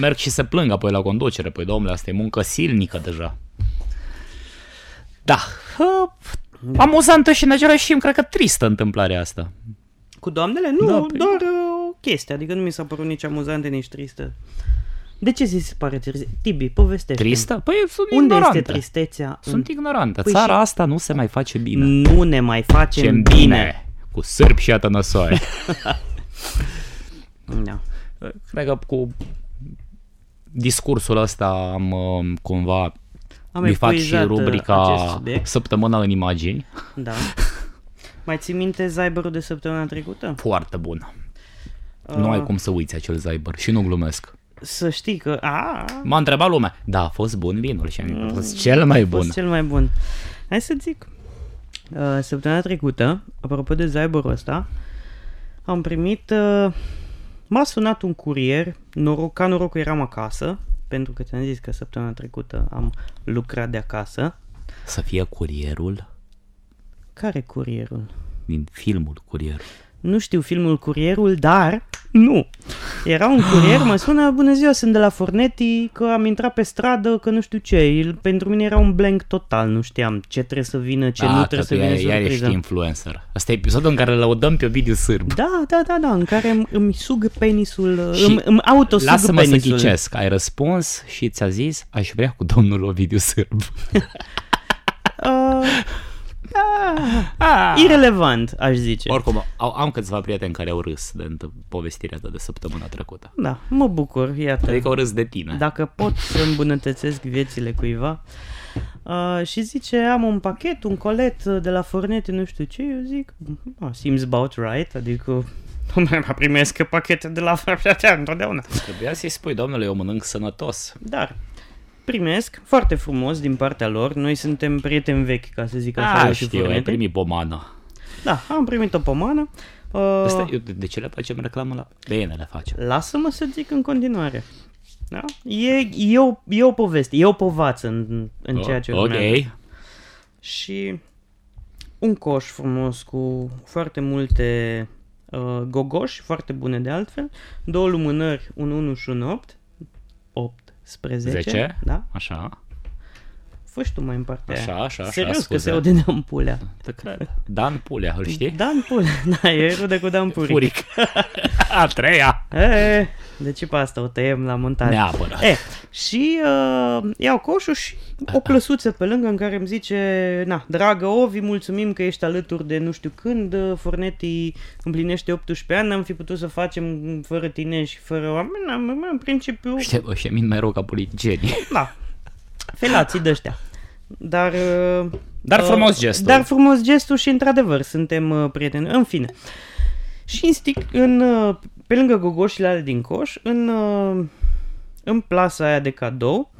[SPEAKER 1] Merg și se plâng apoi la conducere. Păi, domnule, asta e muncă silnică deja. Da. Hă, Amuzantă și în același timp, cred că tristă întâmplarea asta.
[SPEAKER 2] Cu doamnele? Nu,
[SPEAKER 1] Da,
[SPEAKER 2] da,
[SPEAKER 1] păi-
[SPEAKER 2] doar uh, o chestie, adică nu mi s-a părut nici amuzantă, nici tristă. De ce ți se pare tristă? Tibi, povestește
[SPEAKER 1] Tristă? Păi sunt
[SPEAKER 2] Unde
[SPEAKER 1] ignorantă.
[SPEAKER 2] este tristețea?
[SPEAKER 1] Sunt ignorantă.
[SPEAKER 2] Păi
[SPEAKER 1] Țara
[SPEAKER 2] și-
[SPEAKER 1] asta nu se mai face bine.
[SPEAKER 2] Nu ne mai facem
[SPEAKER 1] Facem
[SPEAKER 2] bine.
[SPEAKER 1] bine. Cu sârbi și atănăsoare.
[SPEAKER 2] Da.
[SPEAKER 1] cred că cu discursul ăsta am uh, cumva...
[SPEAKER 2] Am
[SPEAKER 1] mi fac și
[SPEAKER 2] epuizat, uh, acest
[SPEAKER 1] rubrica
[SPEAKER 2] subiect.
[SPEAKER 1] Săptămâna în imagini.
[SPEAKER 2] Da. Mai ții minte Zyberul de săptămâna trecută? Uh,
[SPEAKER 1] Foarte bună. Nu
[SPEAKER 2] Ah.
[SPEAKER 1] ai cum să uiți acel Zyber și nu glumesc.
[SPEAKER 2] Să știi că... A, a
[SPEAKER 1] M-a întrebat lumea, da, a fost bun vinul și am zis, a fost cel mai bun.
[SPEAKER 2] Ah. fost cel mai bun. Hai să zic. Uh, Săptămâna trecută, apropo de Zyberul ăsta, am primit... uh, M-a sunat un curier, noroc, ca noroc că eram acasă, pentru că ți-am zis că săptămâna trecută am lucrat de acasă.
[SPEAKER 1] Să fie curierul
[SPEAKER 2] Care curierul?
[SPEAKER 1] din filmul Curier.
[SPEAKER 2] Nu știu filmul Curierul, dar nu. Era un curier, mă sună, bună ziua, sunt de la Forneti, că am intrat pe stradă, că nu știu ce. El- Pentru mine era un blank total, nu știam ce trebuie să vină, ce nu trebuie să vină
[SPEAKER 1] Da, Ah, iar
[SPEAKER 2] surpriză.
[SPEAKER 1] ești influencer. Asta e episodul în care lăudăm pe Ovidiu Sârb.
[SPEAKER 2] Da, da, da, da, în care îmi, îmi sug penisul,
[SPEAKER 1] Și
[SPEAKER 2] îmi, îmi autosug
[SPEAKER 1] Lasă-mă să
[SPEAKER 2] penisul.
[SPEAKER 1] ghicesc. Ai răspuns și ți-a zis, aș vrea cu domnul Ovidiu Sârb. Ah.
[SPEAKER 2] Uh, Ah. irelevant, aș zice.
[SPEAKER 1] Oricum, au- am câțiva prieteni care au râs de întâ- povestirea ta de săptămâna trecută.
[SPEAKER 2] Da, mă bucur, iată.
[SPEAKER 1] Adică au râs de tine.
[SPEAKER 2] dacă pot să îmbunătățesc viețile cuiva. Uh, și zice, am un pachet, un colet uh, de la Fornete, nu știu ce, eu zic, "Ah, seems about right, adică nu mai mai primesc pachete de la Fornete întotdeauna.
[SPEAKER 1] Trebuia să-i spui, domnule, eu mănânc sănătos.
[SPEAKER 2] Dar primesc foarte frumos din partea lor, noi suntem prieteni vechi, ca să zic așa,
[SPEAKER 1] Ah,
[SPEAKER 2] eu și
[SPEAKER 1] știu, ai
[SPEAKER 2] Fornete.
[SPEAKER 1] primit pomană.
[SPEAKER 2] Da, am primit o pomană. Uh,
[SPEAKER 1] Asta, eu, de de ce le facem reclamă la... Bine le facem.
[SPEAKER 2] Lasă-mă să zic în continuare. Da? E, e, o, e o poveste, e o povață în, în ceea ce
[SPEAKER 1] Ok.
[SPEAKER 2] urmează. și un coș frumos cu foarte multe uh, gogoși, foarte bune de altfel, două lumânări, un 1 și un 8, 8 spre 10,
[SPEAKER 1] Zece.
[SPEAKER 2] da?
[SPEAKER 1] Așa,
[SPEAKER 2] Fă și tu mai în partea
[SPEAKER 1] Așa,
[SPEAKER 2] aia.
[SPEAKER 1] așa, așa,
[SPEAKER 2] Serios că
[SPEAKER 1] scuze.
[SPEAKER 2] se aude Dan Pulea.
[SPEAKER 1] te cred. Dan Pulea,
[SPEAKER 2] Păi
[SPEAKER 1] îl știi?
[SPEAKER 2] Dan Pulea, da, e rudă cu Dan Puric.
[SPEAKER 1] Furic. A treia.
[SPEAKER 2] E, deci pe asta o tăiem la montaj.
[SPEAKER 1] Neapărat.
[SPEAKER 2] E, și uh, iau coșul și o plăsuță pe lângă în care îmi zice, na, dragă Ovi, mulțumim că ești alături de nu știu când, uh, Forneti împlinește 18 ani, n-am fi putut să facem fără tine și fără oameni, n-am- n-am- în principiu,
[SPEAKER 1] Știi, bă, și min mai rău ca politicieni.
[SPEAKER 2] da, felații de ăștia. Dar, uh,
[SPEAKER 1] Dar
[SPEAKER 2] uh,
[SPEAKER 1] frumos gestul.
[SPEAKER 2] Dar frumos gestul și într-adevăr suntem uh, prieteni. În fine. Și instic în, uh, pe lângă gogoșile alea din coș, în, uh, în plasa aia de cadou,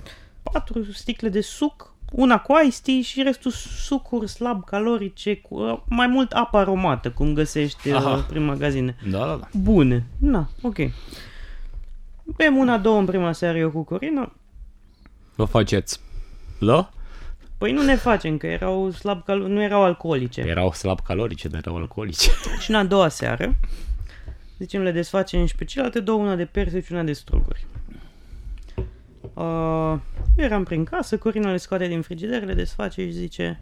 [SPEAKER 2] patru sticle de suc, una cu iced tea și restul sucuri slab calorice, cu uh, mai mult apă aromată, cum găsești uh,
[SPEAKER 1] Aha.
[SPEAKER 2] prin magazine
[SPEAKER 1] Da, da, da.
[SPEAKER 2] bune. Na, ok. Bem una, două în prima seară eu cu Corina.
[SPEAKER 1] Vă faceți. Lă?
[SPEAKER 2] Păi nu ne facem, că erau slab cal- nu erau alcoolice.
[SPEAKER 1] Erau slab calorice, dar erau alcoolice.
[SPEAKER 2] Și în a doua seară, zicem, le desfacem și pe celelalte două, una de perse și una de struguri. Uh, eu eram prin casă, Corina le scoate din frigider, le desface și zice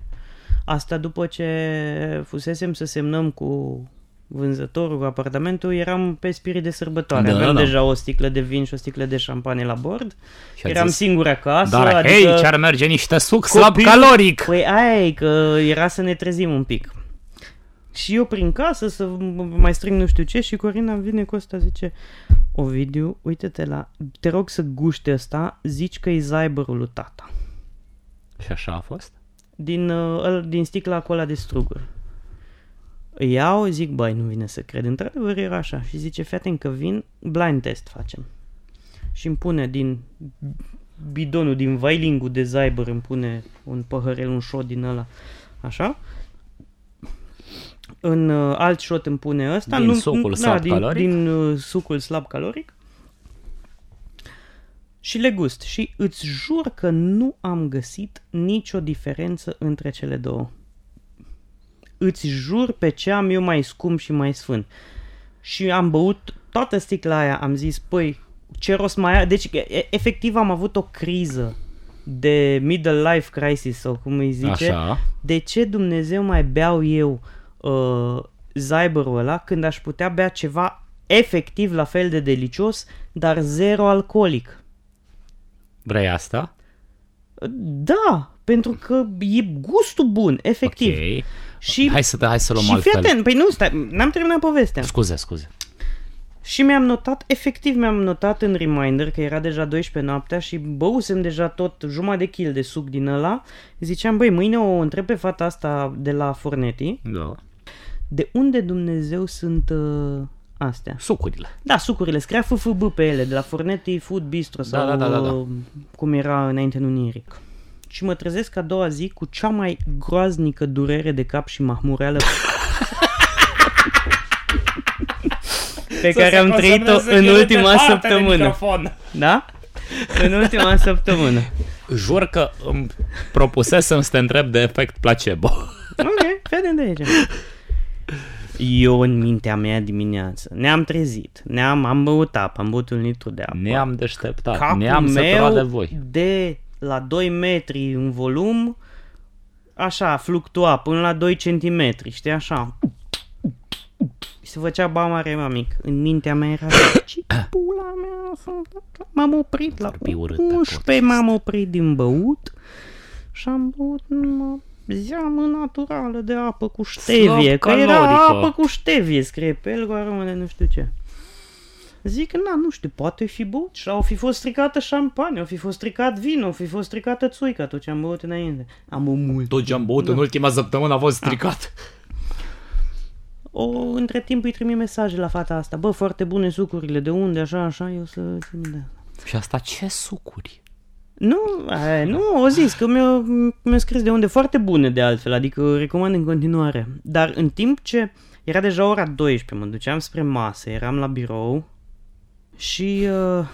[SPEAKER 2] asta după ce fusesem să semnăm cu vânzătorul cu apartamentul, eram pe spirit de sărbătoare.
[SPEAKER 1] Da,
[SPEAKER 2] Aveam
[SPEAKER 1] da, da.
[SPEAKER 2] deja o sticlă de vin și o sticlă de șampanie la bord.
[SPEAKER 1] Și a
[SPEAKER 2] Eram
[SPEAKER 1] zis,
[SPEAKER 2] singur acasă.
[SPEAKER 1] Dar
[SPEAKER 2] adică...
[SPEAKER 1] hei, ce-ar merge niște suc slab caloric?
[SPEAKER 2] Păi aia e, că era să ne trezim un pic. Și eu prin casă să m- mai strâng nu știu ce și Corina vine cu asta zice Ovidiu, uite-te la... Te rog să guște asta, zici că e zaiberul lui tata.
[SPEAKER 1] Și așa a fost?
[SPEAKER 2] din, uh, ăl- din sticla acolo de struguri. Îi iau, zic, băi, nu vine să cred. Într-adevăr era așa. Și zice, fii atent că vin, blind test facem. Și îmi pune din bidonul, din vailingul de zaibăr, îmi pune un păhărel, un șot din ăla. Așa. În uh, alt șot îmi pune ăsta.
[SPEAKER 1] Din
[SPEAKER 2] nu,
[SPEAKER 1] sucul
[SPEAKER 2] nu-
[SPEAKER 1] slab
[SPEAKER 2] din,
[SPEAKER 1] caloric?
[SPEAKER 2] Din uh, sucul slab caloric. Și le gust. Și îți jur că nu am găsit nicio diferență între cele două. Îți jur pe ce am eu mai scump și mai sfânt. Și am băut toată sticla aia, am zis, păi, ce rost mai are? Deci, e- e- efectiv, am avut o criză de middle life crisis, sau cum îi zice.
[SPEAKER 1] Așa.
[SPEAKER 2] De ce Dumnezeu mai beau eu uh, zaibărul ăla când aș putea bea ceva efectiv la fel de delicios, dar zero alcoolic?
[SPEAKER 1] Vrei asta?
[SPEAKER 2] Da, pentru că e gustul bun, efectiv. Okay.
[SPEAKER 1] Ok.
[SPEAKER 2] Și,
[SPEAKER 1] Hai să, hai să luăm
[SPEAKER 2] și fii
[SPEAKER 1] altfel.
[SPEAKER 2] atent, păi nu, stai, n-am terminat povestea.
[SPEAKER 1] Scuze, scuze.
[SPEAKER 2] Și mi-am notat, efectiv mi-am notat în reminder că era deja 12 noaptea și băusem deja tot jumătate de kil de suc din ăla. Ziceam, băi, mâine o întreb pe fata asta de la Forneti,
[SPEAKER 1] Da.
[SPEAKER 2] de unde Dumnezeu sunt uh, astea?
[SPEAKER 1] Sucurile.
[SPEAKER 2] Da, sucurile, scria FFB pe ele, de la Forneti, Food Bistro sau
[SPEAKER 1] da, da, da, da.
[SPEAKER 2] uh, cum era înainte în Unirii. Și mă trezesc a doua zi cu cea mai groaznică durere de cap și mahmureală pe care am trăit-o în ultima săptămână. Da? În ultima săptămână.
[SPEAKER 1] Jur că îmi propusesem să te întreb de efect placebo.
[SPEAKER 2] Ok, vedem de aici. Eu în mintea mea dimineață ne-am trezit, ne-am am băut apă, am băut un litru de apă.
[SPEAKER 1] Ne-am deșteptat,
[SPEAKER 2] capul
[SPEAKER 1] Da, ne-am
[SPEAKER 2] meu
[SPEAKER 1] săturat de voi.
[SPEAKER 2] de la 2 metri în volum, așa, fluctua până la 2 centimetri, știi, așa. Se făcea ba mare, mă mic. În mintea mea era, ce pula mea sunt? M-am oprit la
[SPEAKER 1] Vorbi urât pe
[SPEAKER 2] 11, m-am oprit din băut și am băut numai zeamă naturală de apă cu ștevie, că era
[SPEAKER 1] calorică.
[SPEAKER 2] apă cu ștevie, scrie pe el, cu aromele nu știu ce. Zic, na, nu știu, poate fi băut și au fi fost stricată șampanie, au fi fost stricat vin, au fi fost stricată țuica, tot ce am băut înainte. Am o mult.
[SPEAKER 1] Tot ce am băut în ultima săptămână a fost stricat.
[SPEAKER 2] O, între timp îi trimit mesaje la fata asta, bă, foarte bune sucurile, de unde, așa, așa, eu să țin de asta.
[SPEAKER 1] Și asta ce sucuri?
[SPEAKER 2] Nu, aia, nu, o zis că mi-a, mi-a scris de unde foarte bune de altfel, adică recomand în continuare. Dar în timp ce era deja ora 12, mă duceam spre masă, eram la birou și uh,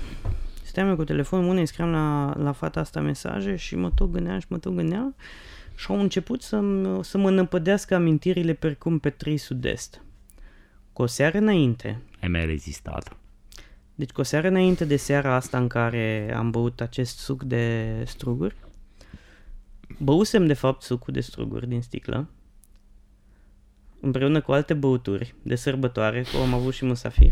[SPEAKER 2] stăteam eu cu telefonul mână, îi scriam la, la fata asta mesaje și mă tot gândeam și mă tot gândeam și au început să-mi, să mă năpădească amintirile precum pe 3 sud-est. Cu o seară înainte,
[SPEAKER 1] Ai mai rezistat.
[SPEAKER 2] deci cu o seară înainte de seara asta în care am băut acest suc de struguri, băusem de fapt sucul de struguri din sticlă, împreună cu alte băuturi de sărbătoare, că am avut și musafir,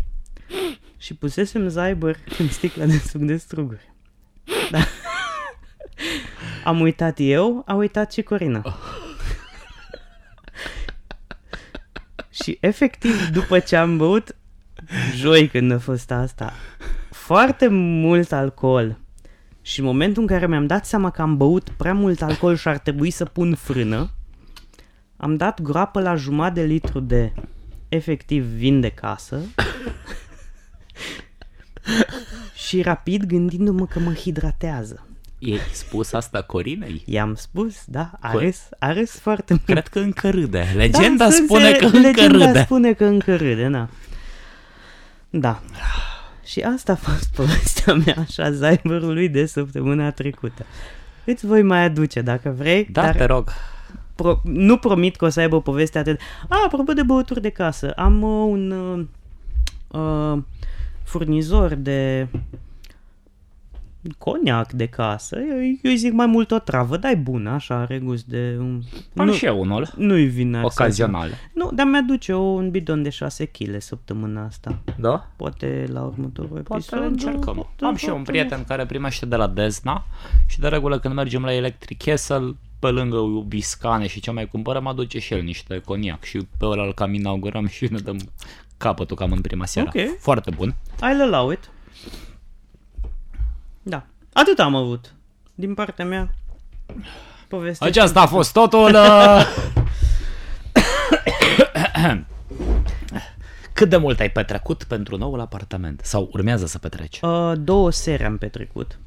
[SPEAKER 2] și pusesem zaibăr în sticla de suc de struguri. Da. Am uitat eu, a uitat și Corina. Și efectiv, după ce am băut, joi când a fost asta, foarte mult alcool. Și în momentul în care mi-am dat seama că am băut prea mult alcool și ar trebui să pun frână, am dat groapă la jumătate de litru de efectiv vin de casă și rapid gândindu-mă că mă hidratează.
[SPEAKER 1] Ei spus asta Corinei?
[SPEAKER 2] I-am spus, da, a
[SPEAKER 1] Păi-
[SPEAKER 2] râs, a râs foarte mult.
[SPEAKER 1] Cred că încă râde. Da, Legenda
[SPEAKER 2] Da, sunt
[SPEAKER 1] spune
[SPEAKER 2] sere-
[SPEAKER 1] că încă
[SPEAKER 2] legenda
[SPEAKER 1] râde.
[SPEAKER 2] spune că încă râde, da. Da. Și asta a fost povestea mea așa a Zyberului de săptămâna trecută. Îți voi mai aduce dacă vrei,
[SPEAKER 1] Da,
[SPEAKER 2] dar
[SPEAKER 1] te rog.
[SPEAKER 2] pro- nu promit că o să aibă o poveste atât. A, apropo de băuturi de casă, am uh, un uh, uh, furnizor de coniac de casă, eu, eu îi zic mai mult o travă, dar e bună, așa, are gust de... Un...
[SPEAKER 1] Am
[SPEAKER 2] nu,
[SPEAKER 1] și eu unul.
[SPEAKER 2] nu-i vină.
[SPEAKER 1] Ocazional.
[SPEAKER 2] Nu, dar mi-aduce o, un bidon de 6 kg săptămâna asta.
[SPEAKER 1] Da?
[SPEAKER 2] Poate la următorul episod.
[SPEAKER 1] Poate Păi încercăm. Am și eu un prieten care primește de la Dezna și de regulă când mergem la Electric Castle, pe lângă biscane și ce mai cumpărăm, aduce și el niște coniac și pe ăla îl cam inaugurăm și ne dăm capătul cam în prima seară.
[SPEAKER 2] Ok.
[SPEAKER 1] Foarte bun.
[SPEAKER 2] I'll allow it. Da. Atât am avut. Din partea mea, povestește.
[SPEAKER 1] Aceasta a fost totul. uh, Cât de mult ai petrecut pentru noul apartament? Sau urmează să petreci?
[SPEAKER 2] Uh, două seri am petrecut.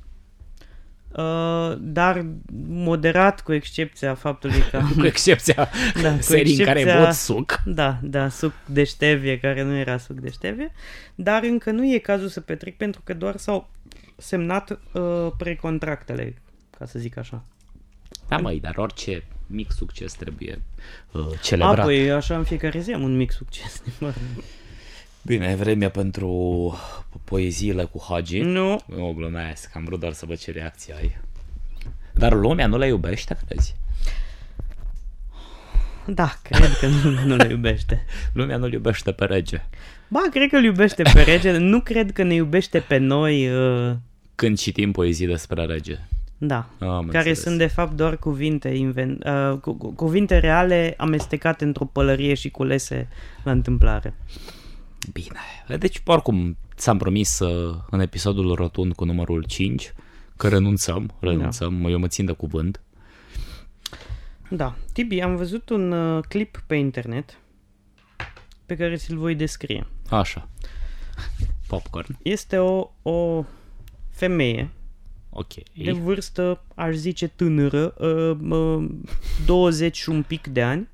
[SPEAKER 2] Uh, dar moderat, cu excepția faptului că am
[SPEAKER 1] Cu excepția
[SPEAKER 2] Da,
[SPEAKER 1] da,
[SPEAKER 2] cu
[SPEAKER 1] serii în care
[SPEAKER 2] excepția-
[SPEAKER 1] bot suc.
[SPEAKER 2] Da, da, suc de ștevie, care nu era suc de ștevie, dar încă nu e cazul să petrec pentru că doar s-au semnat uh, precontractele, ca să zic așa.
[SPEAKER 1] Da, măi, dar orice mic succes trebuie uh,
[SPEAKER 2] A,
[SPEAKER 1] celebrat.
[SPEAKER 2] păi așa în fiecare zi am un mic succes. mă.
[SPEAKER 1] Bine, e vremea pentru poeziile cu Hagi.
[SPEAKER 2] nu,
[SPEAKER 1] Nu, glumesc, am vrut doar să văd ce reacție ai. Dar lumea nu le iubește, crezi?
[SPEAKER 2] da, cred că nu, nu le iubește.
[SPEAKER 1] Lumea nu-l iubește pe rege.
[SPEAKER 2] Ba, cred că îl iubește pe rege, nu cred că ne iubește pe noi, uh,
[SPEAKER 1] Când citim poezii despre rege.
[SPEAKER 2] da.
[SPEAKER 1] Am
[SPEAKER 2] care
[SPEAKER 1] înțeles.
[SPEAKER 2] sunt de fapt doar cuvinte inven- uh, cu, cu, cuvinte reale amestecate într-o pălărie și culese la întâmplare.
[SPEAKER 1] Bine. Deci, oricum, ți-am promis uh, în episodul rotund cu numărul 5 că renunțăm, renunțăm, eu mă țin de cuvânt.
[SPEAKER 2] Da. Tibi, am văzut un uh, clip pe internet pe care ți-l voi descrie.
[SPEAKER 1] Așa. Popcorn.
[SPEAKER 2] Este o, o femeie
[SPEAKER 1] Ok.
[SPEAKER 2] de vârstă, aș zice tânără, uh, uh, 20 și un pic de ani,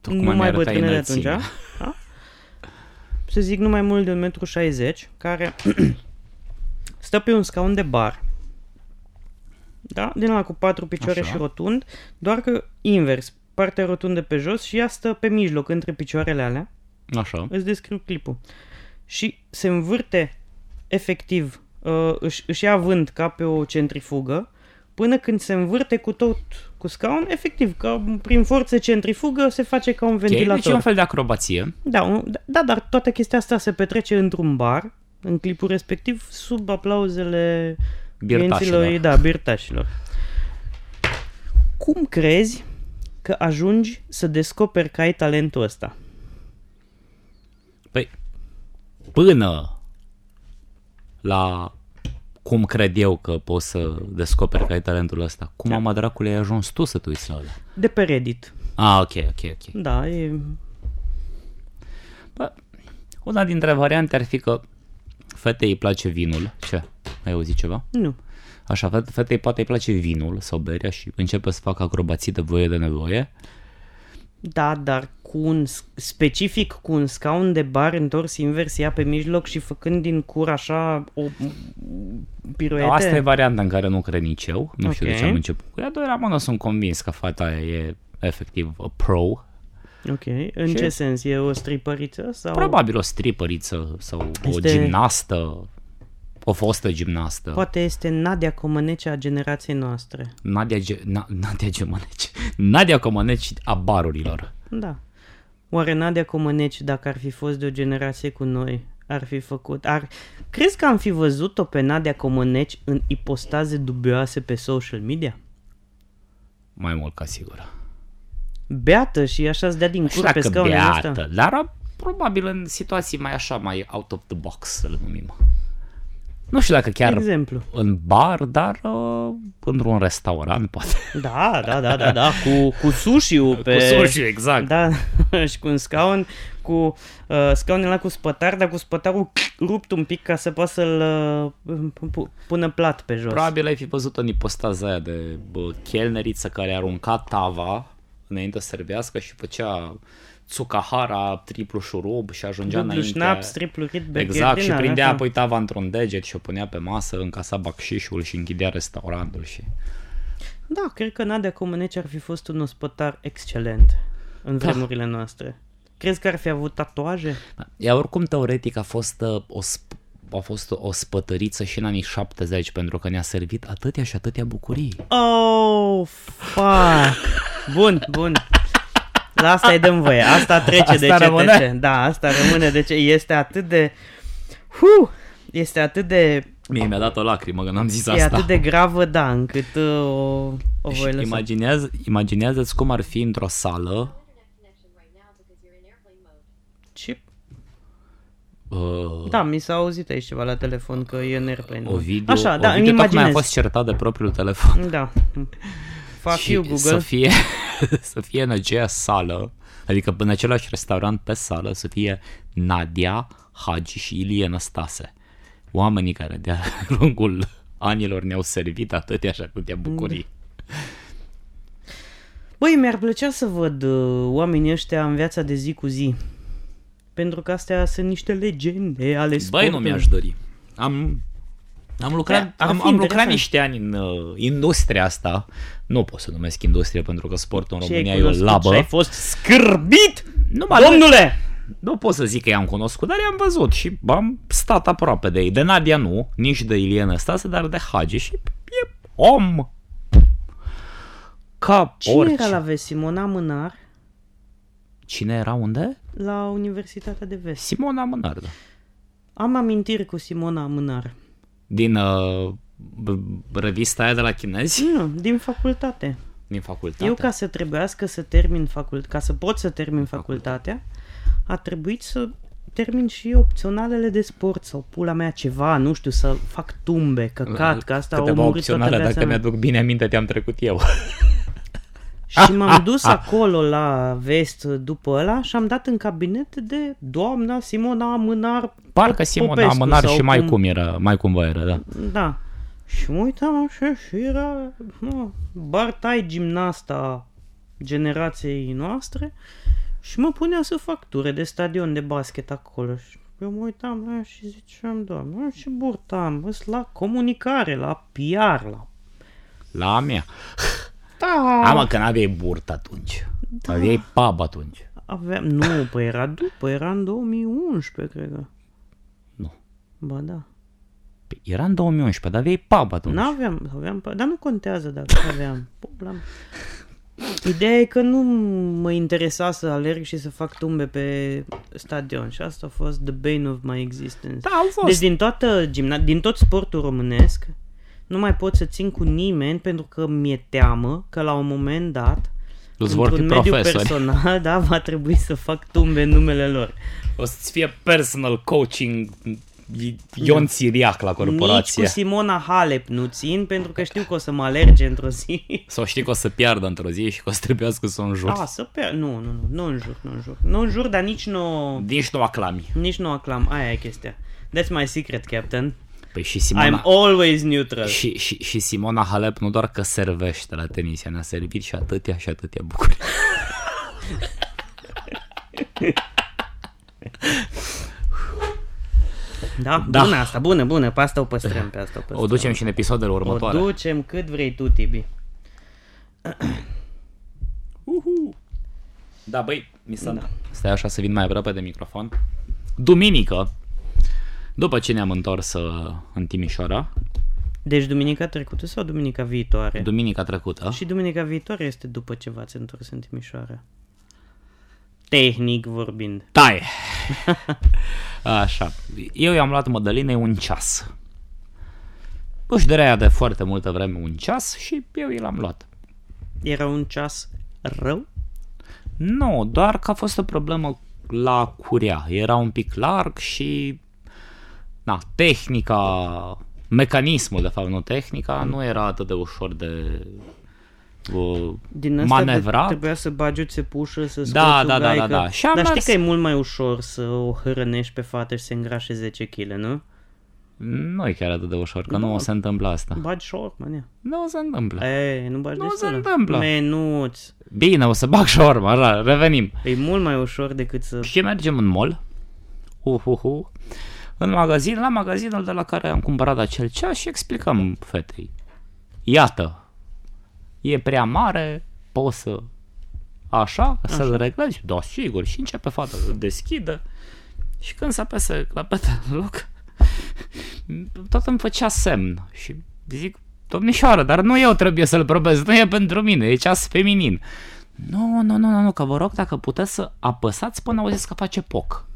[SPEAKER 1] Tocmai
[SPEAKER 2] nu
[SPEAKER 1] mi-a
[SPEAKER 2] mai
[SPEAKER 1] arătat
[SPEAKER 2] bătrână de atunci,
[SPEAKER 1] înălțimea.
[SPEAKER 2] da? să zic nu mai mult de 1,60 m, care stă pe un scaun de bar, da? Din la cu patru picioare
[SPEAKER 1] Așa.
[SPEAKER 2] și rotund, doar că invers, partea rotundă pe jos și ea stă pe mijloc între picioarele alea.
[SPEAKER 1] Așa.
[SPEAKER 2] Îți descriu clipul. Și se învârte efectiv, uh, își, își ia vânt ca pe o centrifugă, până când se învârte cu tot cu scaun, efectiv, ca prin forță centrifugă se face ca un
[SPEAKER 1] Ok, deci e
[SPEAKER 2] ventilator.
[SPEAKER 1] un fel de acrobație.
[SPEAKER 2] da, un, da, dar toată chestia asta se petrece într-un bar, în clipul respectiv, sub aplauzele
[SPEAKER 1] Birtașilor.
[SPEAKER 2] clienților- da, birtașilor. Cum crezi că ajungi să descoperi că ai talentul ăsta?
[SPEAKER 1] Păi, până la cum cred eu că poți să descoperi că ai talentul ăsta,
[SPEAKER 2] Da.
[SPEAKER 1] cum am dracule ai ajuns tu să te uiți la ăla?
[SPEAKER 2] De pe Reddit.
[SPEAKER 1] Ah, ok, ok, ok.
[SPEAKER 2] Da, e
[SPEAKER 1] Bă, una dintre variante ar fi că fetei îi place vinul. Ce? Ai auzit ceva?
[SPEAKER 2] Nu.
[SPEAKER 1] Așa, fe- fetei poate îi place vinul sau berea și începe să facă acrobații de voie de nevoie.
[SPEAKER 2] Da, dar cu un, s- specific cu un scaun de bar întors invers, ea pe mijloc și făcând din cur așa o piruete.
[SPEAKER 1] Asta e varianta în care nu cred nici eu. Nu știu
[SPEAKER 2] Ok.
[SPEAKER 1] de ce am început cu ea, doar am sunt convins că fata aia e efectiv a pro
[SPEAKER 2] Ok, în
[SPEAKER 1] Și-
[SPEAKER 2] ce sens? E o stripăriță sau...
[SPEAKER 1] Probabil o stripăriță sau o
[SPEAKER 2] Este-
[SPEAKER 1] gimnastă, o fostă gimnastă. Poate...
[SPEAKER 2] Poate este Nadia Comănecea a generației noastre.
[SPEAKER 1] Nadia, Ge- Na- Nadia Gemăneci. Nadia Comăneci a barurilor.
[SPEAKER 2] Da. Oare Nadia Comăneci, dacă ar fi fost de o generație cu noi, ar fi făcut... Ar... Crezi că am fi văzut-o pe Nadia Comăneci în ipostaze dubioase pe social media?
[SPEAKER 1] Mai mult ca sigur.
[SPEAKER 2] Beată și așa-ți dea din
[SPEAKER 1] Și
[SPEAKER 2] cur pe
[SPEAKER 1] Păi dacă
[SPEAKER 2] scaunul ăsta?
[SPEAKER 1] beată, dar a- probabil în situații mai așa, mai out of the box, să le numim. Nu știu dacă chiar exact.
[SPEAKER 2] Exemplu.
[SPEAKER 1] în bar, dar uh, într-un restaurant, poate.
[SPEAKER 2] Da, da, da, da, da, cu, cu sushi pe...
[SPEAKER 1] Cu sushi, exact. Da.
[SPEAKER 2] Da, și cu un scaun, cu uh, scaunul ăla cu spătar, dar cu spătarul rupt un pic ca să poată să-l uh, pu- pu- pună plat pe jos.
[SPEAKER 1] Probabil ai fi văzut în ipostaza aia de bă, chelneriță care arunca tava înainte să servească și făcea Tsukahara, triplu șurub și ajungea
[SPEAKER 2] Dublu
[SPEAKER 1] înainte.
[SPEAKER 2] șnap, striplu hit,
[SPEAKER 1] exact, și prindea
[SPEAKER 2] da.
[SPEAKER 1] apoi tava într-un deget și o punea pe masă, încasa bacșișul și închidea restaurantul și...
[SPEAKER 2] Da, cred că Nadia Comăneci ar fi fost un ospătar excelent în
[SPEAKER 1] Da.
[SPEAKER 2] vremurile noastre. Crezi că ar fi avut tatuaje?
[SPEAKER 1] Ea oricum teoretic a fost uh, o sp- a fost o spătăriță și în anii 70 pentru că ne-a servit atâtea și atâtea bucurii.
[SPEAKER 2] Oh, fuck! Bun, bun. La asta îi dăm voie. Asta trece
[SPEAKER 1] Asta
[SPEAKER 2] de ce
[SPEAKER 1] rămâne?
[SPEAKER 2] de ce. Da, asta rămâne de ce. Este atât de... Huh! Este atât de...
[SPEAKER 1] Mie mi-a dat o lacrimă când am zis
[SPEAKER 2] E
[SPEAKER 1] asta.
[SPEAKER 2] atât de gravă, da, încât uh, o, o
[SPEAKER 1] Și
[SPEAKER 2] voi lăsa.
[SPEAKER 1] imaginează, imaginează-ți cum ar fi într-o sală
[SPEAKER 2] Ce?
[SPEAKER 1] uh,
[SPEAKER 2] Da, mi s-a auzit aici ceva la telefon că e în airplane.
[SPEAKER 1] Ovidiu,
[SPEAKER 2] Mm. Așa, da, îmi
[SPEAKER 1] Ovidiu tocmai a
[SPEAKER 2] imaginez.
[SPEAKER 1] fost certat de propriul telefon.
[SPEAKER 2] Da. Fuck you, Google.
[SPEAKER 1] Să fie, să fie în aceeași sală, adică în același restaurant pe sală, să fie Nadia, Hagi și Ilie Năstase. Oamenii care de-a lungul anilor ne-au servit atâtea și atâtea bucurii.
[SPEAKER 2] Mm. Băi, mi-ar plăcea să văd uh, oamenii ăștia în viața de zi cu zi. Pentru că astea sunt niște legende ale
[SPEAKER 1] Băi,
[SPEAKER 2] sportului.
[SPEAKER 1] nu mi-aș dori. Am, am lucrat,
[SPEAKER 2] Da, ar
[SPEAKER 1] am,
[SPEAKER 2] fi
[SPEAKER 1] am lucrat
[SPEAKER 2] interesant.
[SPEAKER 1] niște ani în uh, industria asta. Nu pot să numesc industrie pentru că sportul în
[SPEAKER 2] Ce ai
[SPEAKER 1] da România e o
[SPEAKER 2] cunoscut
[SPEAKER 1] labă. Păi,
[SPEAKER 2] și ai fost scârbit,
[SPEAKER 1] Nu mă
[SPEAKER 2] domnule!
[SPEAKER 1] Nu pot să zic că i-am cunoscut, dar i-am văzut și am stat aproape de ei. De Nadia nu, nici de Iliana Stase, dar de Hagi și e om. Ca
[SPEAKER 2] Cine
[SPEAKER 1] orice.
[SPEAKER 2] era la vest? Simona Mânar
[SPEAKER 1] Cine era unde?
[SPEAKER 2] la Universitatea de Vest.
[SPEAKER 1] Simona Mânar, da.
[SPEAKER 2] Am amintiri cu Simona Mânar.
[SPEAKER 1] Din uh, b- revista aia de la chinezi,
[SPEAKER 2] Nu, din facultate.
[SPEAKER 1] din facultate.
[SPEAKER 2] Eu ca să trebuiască să termin facult, ca să pot să termin facultatea, a trebuit să termin și opționalele de sport sau pula mea ceva, nu știu, să fac tumbe, căcat, că asta a
[SPEAKER 1] Câteva
[SPEAKER 2] omorât toată
[SPEAKER 1] opționale,
[SPEAKER 2] viața
[SPEAKER 1] dacă
[SPEAKER 2] mea.
[SPEAKER 1] mi-aduc bine aminte, te-am trecut eu.
[SPEAKER 2] Și m-am dus acolo la vest după ăla și am dat în cabinet de doamna Simona Mânar.
[SPEAKER 1] Parcă Simona
[SPEAKER 2] Popescu
[SPEAKER 1] Amânar
[SPEAKER 2] sau
[SPEAKER 1] și mai
[SPEAKER 2] cum-
[SPEAKER 1] cum... era, mai cumva era, da.
[SPEAKER 2] Da. Și mă uitam așa și era mă, Bartai gimnasta generației noastre și mă punea să fac ture de stadion de basket acolo. Și eu mă uitam a, și ziceam, doamne, a, și burtam, îs la comunicare, la PR, la...
[SPEAKER 1] La a mea.
[SPEAKER 2] Da!
[SPEAKER 1] A, mă, că n-aveai burtă atunci. Da. Aveai pub atunci.
[SPEAKER 2] Aveam, nu, păi era după, era în 2011, cred că.
[SPEAKER 1] Nu.
[SPEAKER 2] Ba da.
[SPEAKER 1] Păi Era în 2011, dar aveai pub atunci.
[SPEAKER 2] N-aveam, aveam, dar nu contează dacă aveam. Pula mea. Ideea e că nu mă interesa să alerg și să fac tumbe pe stadion și asta a fost the bane of my existence.
[SPEAKER 1] Da, au
[SPEAKER 2] deci
[SPEAKER 1] fost.
[SPEAKER 2] din toată gimna, din tot sportul românesc, nu mai pot să țin cu nimeni pentru că mi-e teamă că la un moment dat
[SPEAKER 1] Îți vor fi
[SPEAKER 2] într-un mediu
[SPEAKER 1] profesori.
[SPEAKER 2] personal, da, va trebui să fac tumbe în numele lor.
[SPEAKER 1] O să-ți fie personal coaching Ion Siriac la corporație.
[SPEAKER 2] Da. Nici cu Simona Halep nu țin pentru că știu că o să mă alerge într-o zi.
[SPEAKER 1] Sau știi că o să piardă într-o zi și că o să trebuiască să o înjuri.
[SPEAKER 2] A, Ah, să pe... Nu, nu, nu, nu înjur, nu înjur. Nu înjur, dar nici nu,
[SPEAKER 1] Nici nu aclami.
[SPEAKER 2] nici nu aclam. Aia e chestia. That's my secret, Captain.
[SPEAKER 1] Păi și
[SPEAKER 2] I'm
[SPEAKER 1] Simona...
[SPEAKER 2] always neutral.
[SPEAKER 1] Și, și, și Simona Halep nu doar că servește la tenis, ea ne-a servit și atâtea și atâtea bucurii.
[SPEAKER 2] Da?
[SPEAKER 1] Da.
[SPEAKER 2] Bună asta, bună, bună. Pe asta o păstrăm, pe asta o păstrăm.
[SPEAKER 1] O ducem și în episoadele
[SPEAKER 2] o
[SPEAKER 1] următoare.
[SPEAKER 2] ducem cât vrei tu, Tibi.
[SPEAKER 1] Uhu. Da, băi, mi s-a... Da. Stai așa să vin mai aproape de microfon. Duminică, după ce ne-am întors uh, în Timișoara,
[SPEAKER 2] Deci duminica trecută sau duminica viitoare?
[SPEAKER 1] duminica trecută,
[SPEAKER 2] și duminica viitoare este după ce v-ați întors în Timișoara. Tehnic vorbind.
[SPEAKER 1] taie! Așa, eu i-am luat Mădălinei un ceas. Își dorea de foarte multă vreme un ceas și eu i l-am luat.
[SPEAKER 2] Era un ceas rău?
[SPEAKER 1] Nu, doar că a fost o problemă la curea. Era un pic larg și na, tehnica, mecanismul de fapt, nu tehnica, nu era atât de ușor de uh,
[SPEAKER 2] Din asta
[SPEAKER 1] manevrat.
[SPEAKER 2] trebuia să bagi o țepușă, să scoți
[SPEAKER 1] Da,
[SPEAKER 2] o
[SPEAKER 1] da, da, da,
[SPEAKER 2] gaică.
[SPEAKER 1] da. Și am
[SPEAKER 2] Dar știi
[SPEAKER 1] mers-
[SPEAKER 2] că e mult mai ușor să o hrănești pe fată și să îngrașe 10 kg, nu?
[SPEAKER 1] Nu e chiar atât de ușor, că nu o se întâmplă asta.
[SPEAKER 2] Bagi șorman, ia.
[SPEAKER 1] Nu o se întâmplă.
[SPEAKER 2] E, nu bagi
[SPEAKER 1] Da. Nu
[SPEAKER 2] destulă.
[SPEAKER 1] se întâmplă.
[SPEAKER 2] Menuț.
[SPEAKER 1] Bine, o să bag șorma, ra- revenim.
[SPEAKER 2] E mult mai ușor decât să...
[SPEAKER 1] Și mergem în mall. Uhuhu. În magazin, la magazinul de la care am cumpărat acel ceas și explicăm fetei. Iată, e prea mare, poți să așa, să-l reglezi? Da, sigur. Și începe fata să deschidă. Și când se apese clapeta în loc, tot îmi făcea semn. Și zic, domnișoară, dar nu eu trebuie să-l probez, nu e pentru mine, e ceas feminin. Nu, nu, nu, nu, nu, că vă rog dacă puteți să apăsați până auziți că face poc.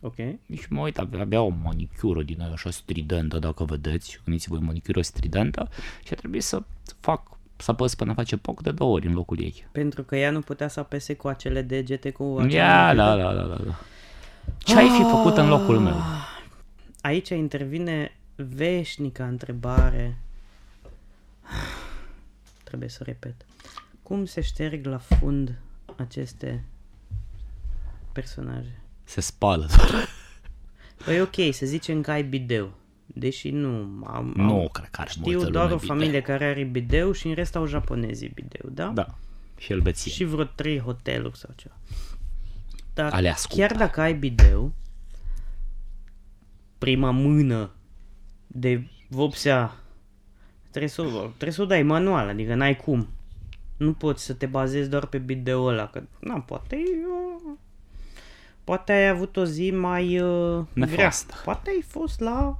[SPEAKER 2] Ok.
[SPEAKER 1] Și mă uit, avea, avea o manicură din aia așa stridentă, dacă vedeți, uniți voi manicură stridentă și a trebuit să fac, să apăs până face poc de două ori în locul ei.
[SPEAKER 2] Pentru că ea nu putea să apese cu acele degete cu
[SPEAKER 1] Ia,
[SPEAKER 2] acele-
[SPEAKER 1] da, da, da, da, da. Ce ai fi făcut în locul meu?
[SPEAKER 2] Aici intervine veșnica întrebare. trebuie să repet. Cum se șterg la fund aceste personaje?
[SPEAKER 1] Se spală.
[SPEAKER 2] Păi ok, să zicem că ai bideu. Deși nu am,
[SPEAKER 1] nu,
[SPEAKER 2] am
[SPEAKER 1] cred că are
[SPEAKER 2] știu
[SPEAKER 1] multă
[SPEAKER 2] doar
[SPEAKER 1] lume
[SPEAKER 2] o
[SPEAKER 1] bine.
[SPEAKER 2] familie care are bideu și în rest au japonezii bideu, da?
[SPEAKER 1] Da. Și elbeție.
[SPEAKER 2] Și vreo trei hoteluri sau ceva. Dar
[SPEAKER 1] Alea scumpe.
[SPEAKER 2] chiar dacă ai bideu, prima mână de vopsea trebuie să, o- trebuie să o dai manual, adică n-ai cum. Nu poți să te bazezi doar pe bideu ăla, că na, poate eu... Poate ai avut o zi mai uh, grea.
[SPEAKER 1] Nefastă.
[SPEAKER 2] Poate ai fost la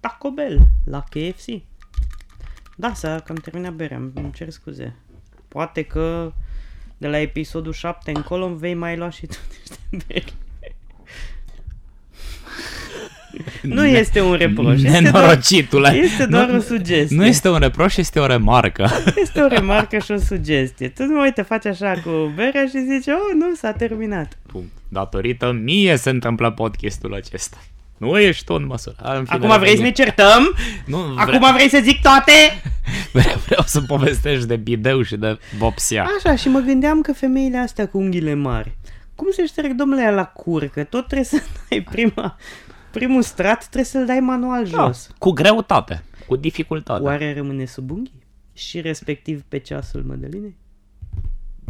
[SPEAKER 2] Taco Bell, la KFC. Da, s-a cam terminat berea, îmi îmi cer scuze. Poate că de la episodul 7 încolo îmi vei mai lua și tu niște beri. nu
[SPEAKER 1] Ne-
[SPEAKER 2] este un reproș. Este doar,
[SPEAKER 1] Nenorocitule.
[SPEAKER 2] da. este doar
[SPEAKER 1] Nu-
[SPEAKER 2] o sugestie.
[SPEAKER 1] Nu este un reproș, este o remarcă.
[SPEAKER 2] Este o remarcă și o sugestie. Tu nu te faci așa cu berea și zici, oh, nu, s-a terminat.
[SPEAKER 1] Punct. Datorită mie se întâmplă podcastul acesta. Nu ești tu în măsură. A, în fine,
[SPEAKER 2] Acum vrei să ne
[SPEAKER 1] revenim.
[SPEAKER 2] certăm?
[SPEAKER 1] Nu, vre...
[SPEAKER 2] Acum vrei să zic toate?
[SPEAKER 1] vreau, vreau să povestești de bideu și de vopsea.
[SPEAKER 2] Așa, și mă gândeam că femeile astea cu unghiile mari, cum se șterg domnule aia la cur? Că tot trebuie să dai prima, primul strat, trebuie să-l dai manual
[SPEAKER 1] Da,
[SPEAKER 2] jos.
[SPEAKER 1] cu greutate, cu dificultate.
[SPEAKER 2] Oare rămâne sub unghii? Și respectiv pe ceasul Mădălinei?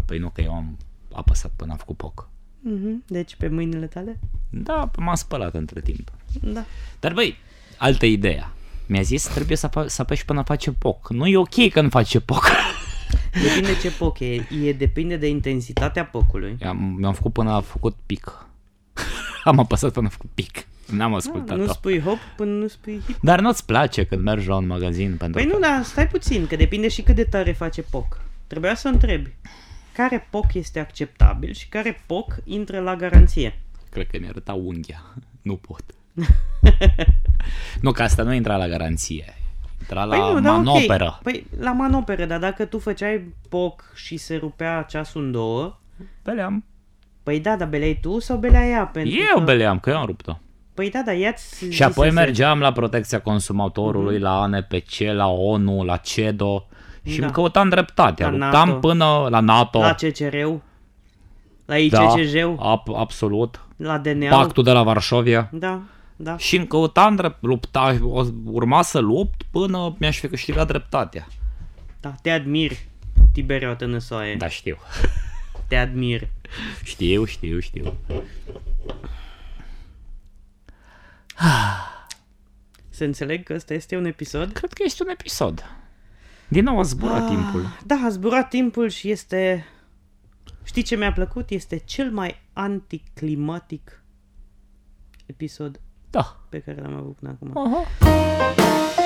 [SPEAKER 1] Păi nu că eu am apăsat până am făcut poc.
[SPEAKER 2] Mhm, Deci pe mâinile tale?
[SPEAKER 1] Da, m-am spălat între timp.
[SPEAKER 2] Da.
[SPEAKER 1] Dar băi, altă idee. Mi-a zis trebuie să, apa- să apeși până face poc. Nu e ok când face poc.
[SPEAKER 2] Depinde ce poc e. e depinde de intensitatea pocului.
[SPEAKER 1] Am, mi-am făcut până a făcut pic. am apăsat până a făcut pic. N-am
[SPEAKER 2] Ah,
[SPEAKER 1] ascultat-o.
[SPEAKER 2] Nu spui hop până nu spui hip.
[SPEAKER 1] Dar nu-ți place când mergi la un magazin pentru...
[SPEAKER 2] Păi nu, dar stai puțin, că depinde și cât de tare face POC. Trebuia să întrebi care POC este acceptabil și care POC intră la garanție.
[SPEAKER 1] Cred că mi-a arătat unghia. Nu pot. nu, că asta nu intra la garanție. Intra la
[SPEAKER 2] Păi nu, dar
[SPEAKER 1] manoperă.
[SPEAKER 2] ok. Păi la manoperă, dar dacă tu făceai POC și se rupea ceasul în două,
[SPEAKER 1] Beleam.
[SPEAKER 2] păi da, dar beleai tu sau belea ea? Pentru
[SPEAKER 1] Eu
[SPEAKER 2] că...
[SPEAKER 1] beleam, că eu am rupt-o.
[SPEAKER 2] Păi da, dar ea-ți
[SPEAKER 1] Și apoi
[SPEAKER 2] zisese-
[SPEAKER 1] mergeam la protecția
[SPEAKER 2] Mhm.
[SPEAKER 1] consumatorului, la ANPC, la ONU, la CEDO și
[SPEAKER 2] Da.
[SPEAKER 1] îmi căutam dreptatea.
[SPEAKER 2] La
[SPEAKER 1] Luptam
[SPEAKER 2] NATO.
[SPEAKER 1] până la NATO.
[SPEAKER 2] la CCR-ul, la ICCJ-ul, da.
[SPEAKER 1] ab- absolut.
[SPEAKER 2] la DNA-ul.
[SPEAKER 1] Pactul de la Varșovia.
[SPEAKER 2] Da, da.
[SPEAKER 1] Și îmi căutam drept, lupta, o- urma să lupt până mi-aș fi câștigat dreptatea.
[SPEAKER 2] Da, te admir, Tiberio Tănăsoaie.
[SPEAKER 1] Da, știu.
[SPEAKER 2] Te admir.
[SPEAKER 1] Știu, știu, știu.
[SPEAKER 2] Să înțeleg că ăsta este un episod
[SPEAKER 1] Cred că este un episod. Din nou a zburat timpul.
[SPEAKER 2] Da, a zburat timpul și este... Știi ce mi-a plăcut? Este cel mai anticlimatic episod
[SPEAKER 1] Da.
[SPEAKER 2] pe care l-am avut până acum.
[SPEAKER 1] Aha.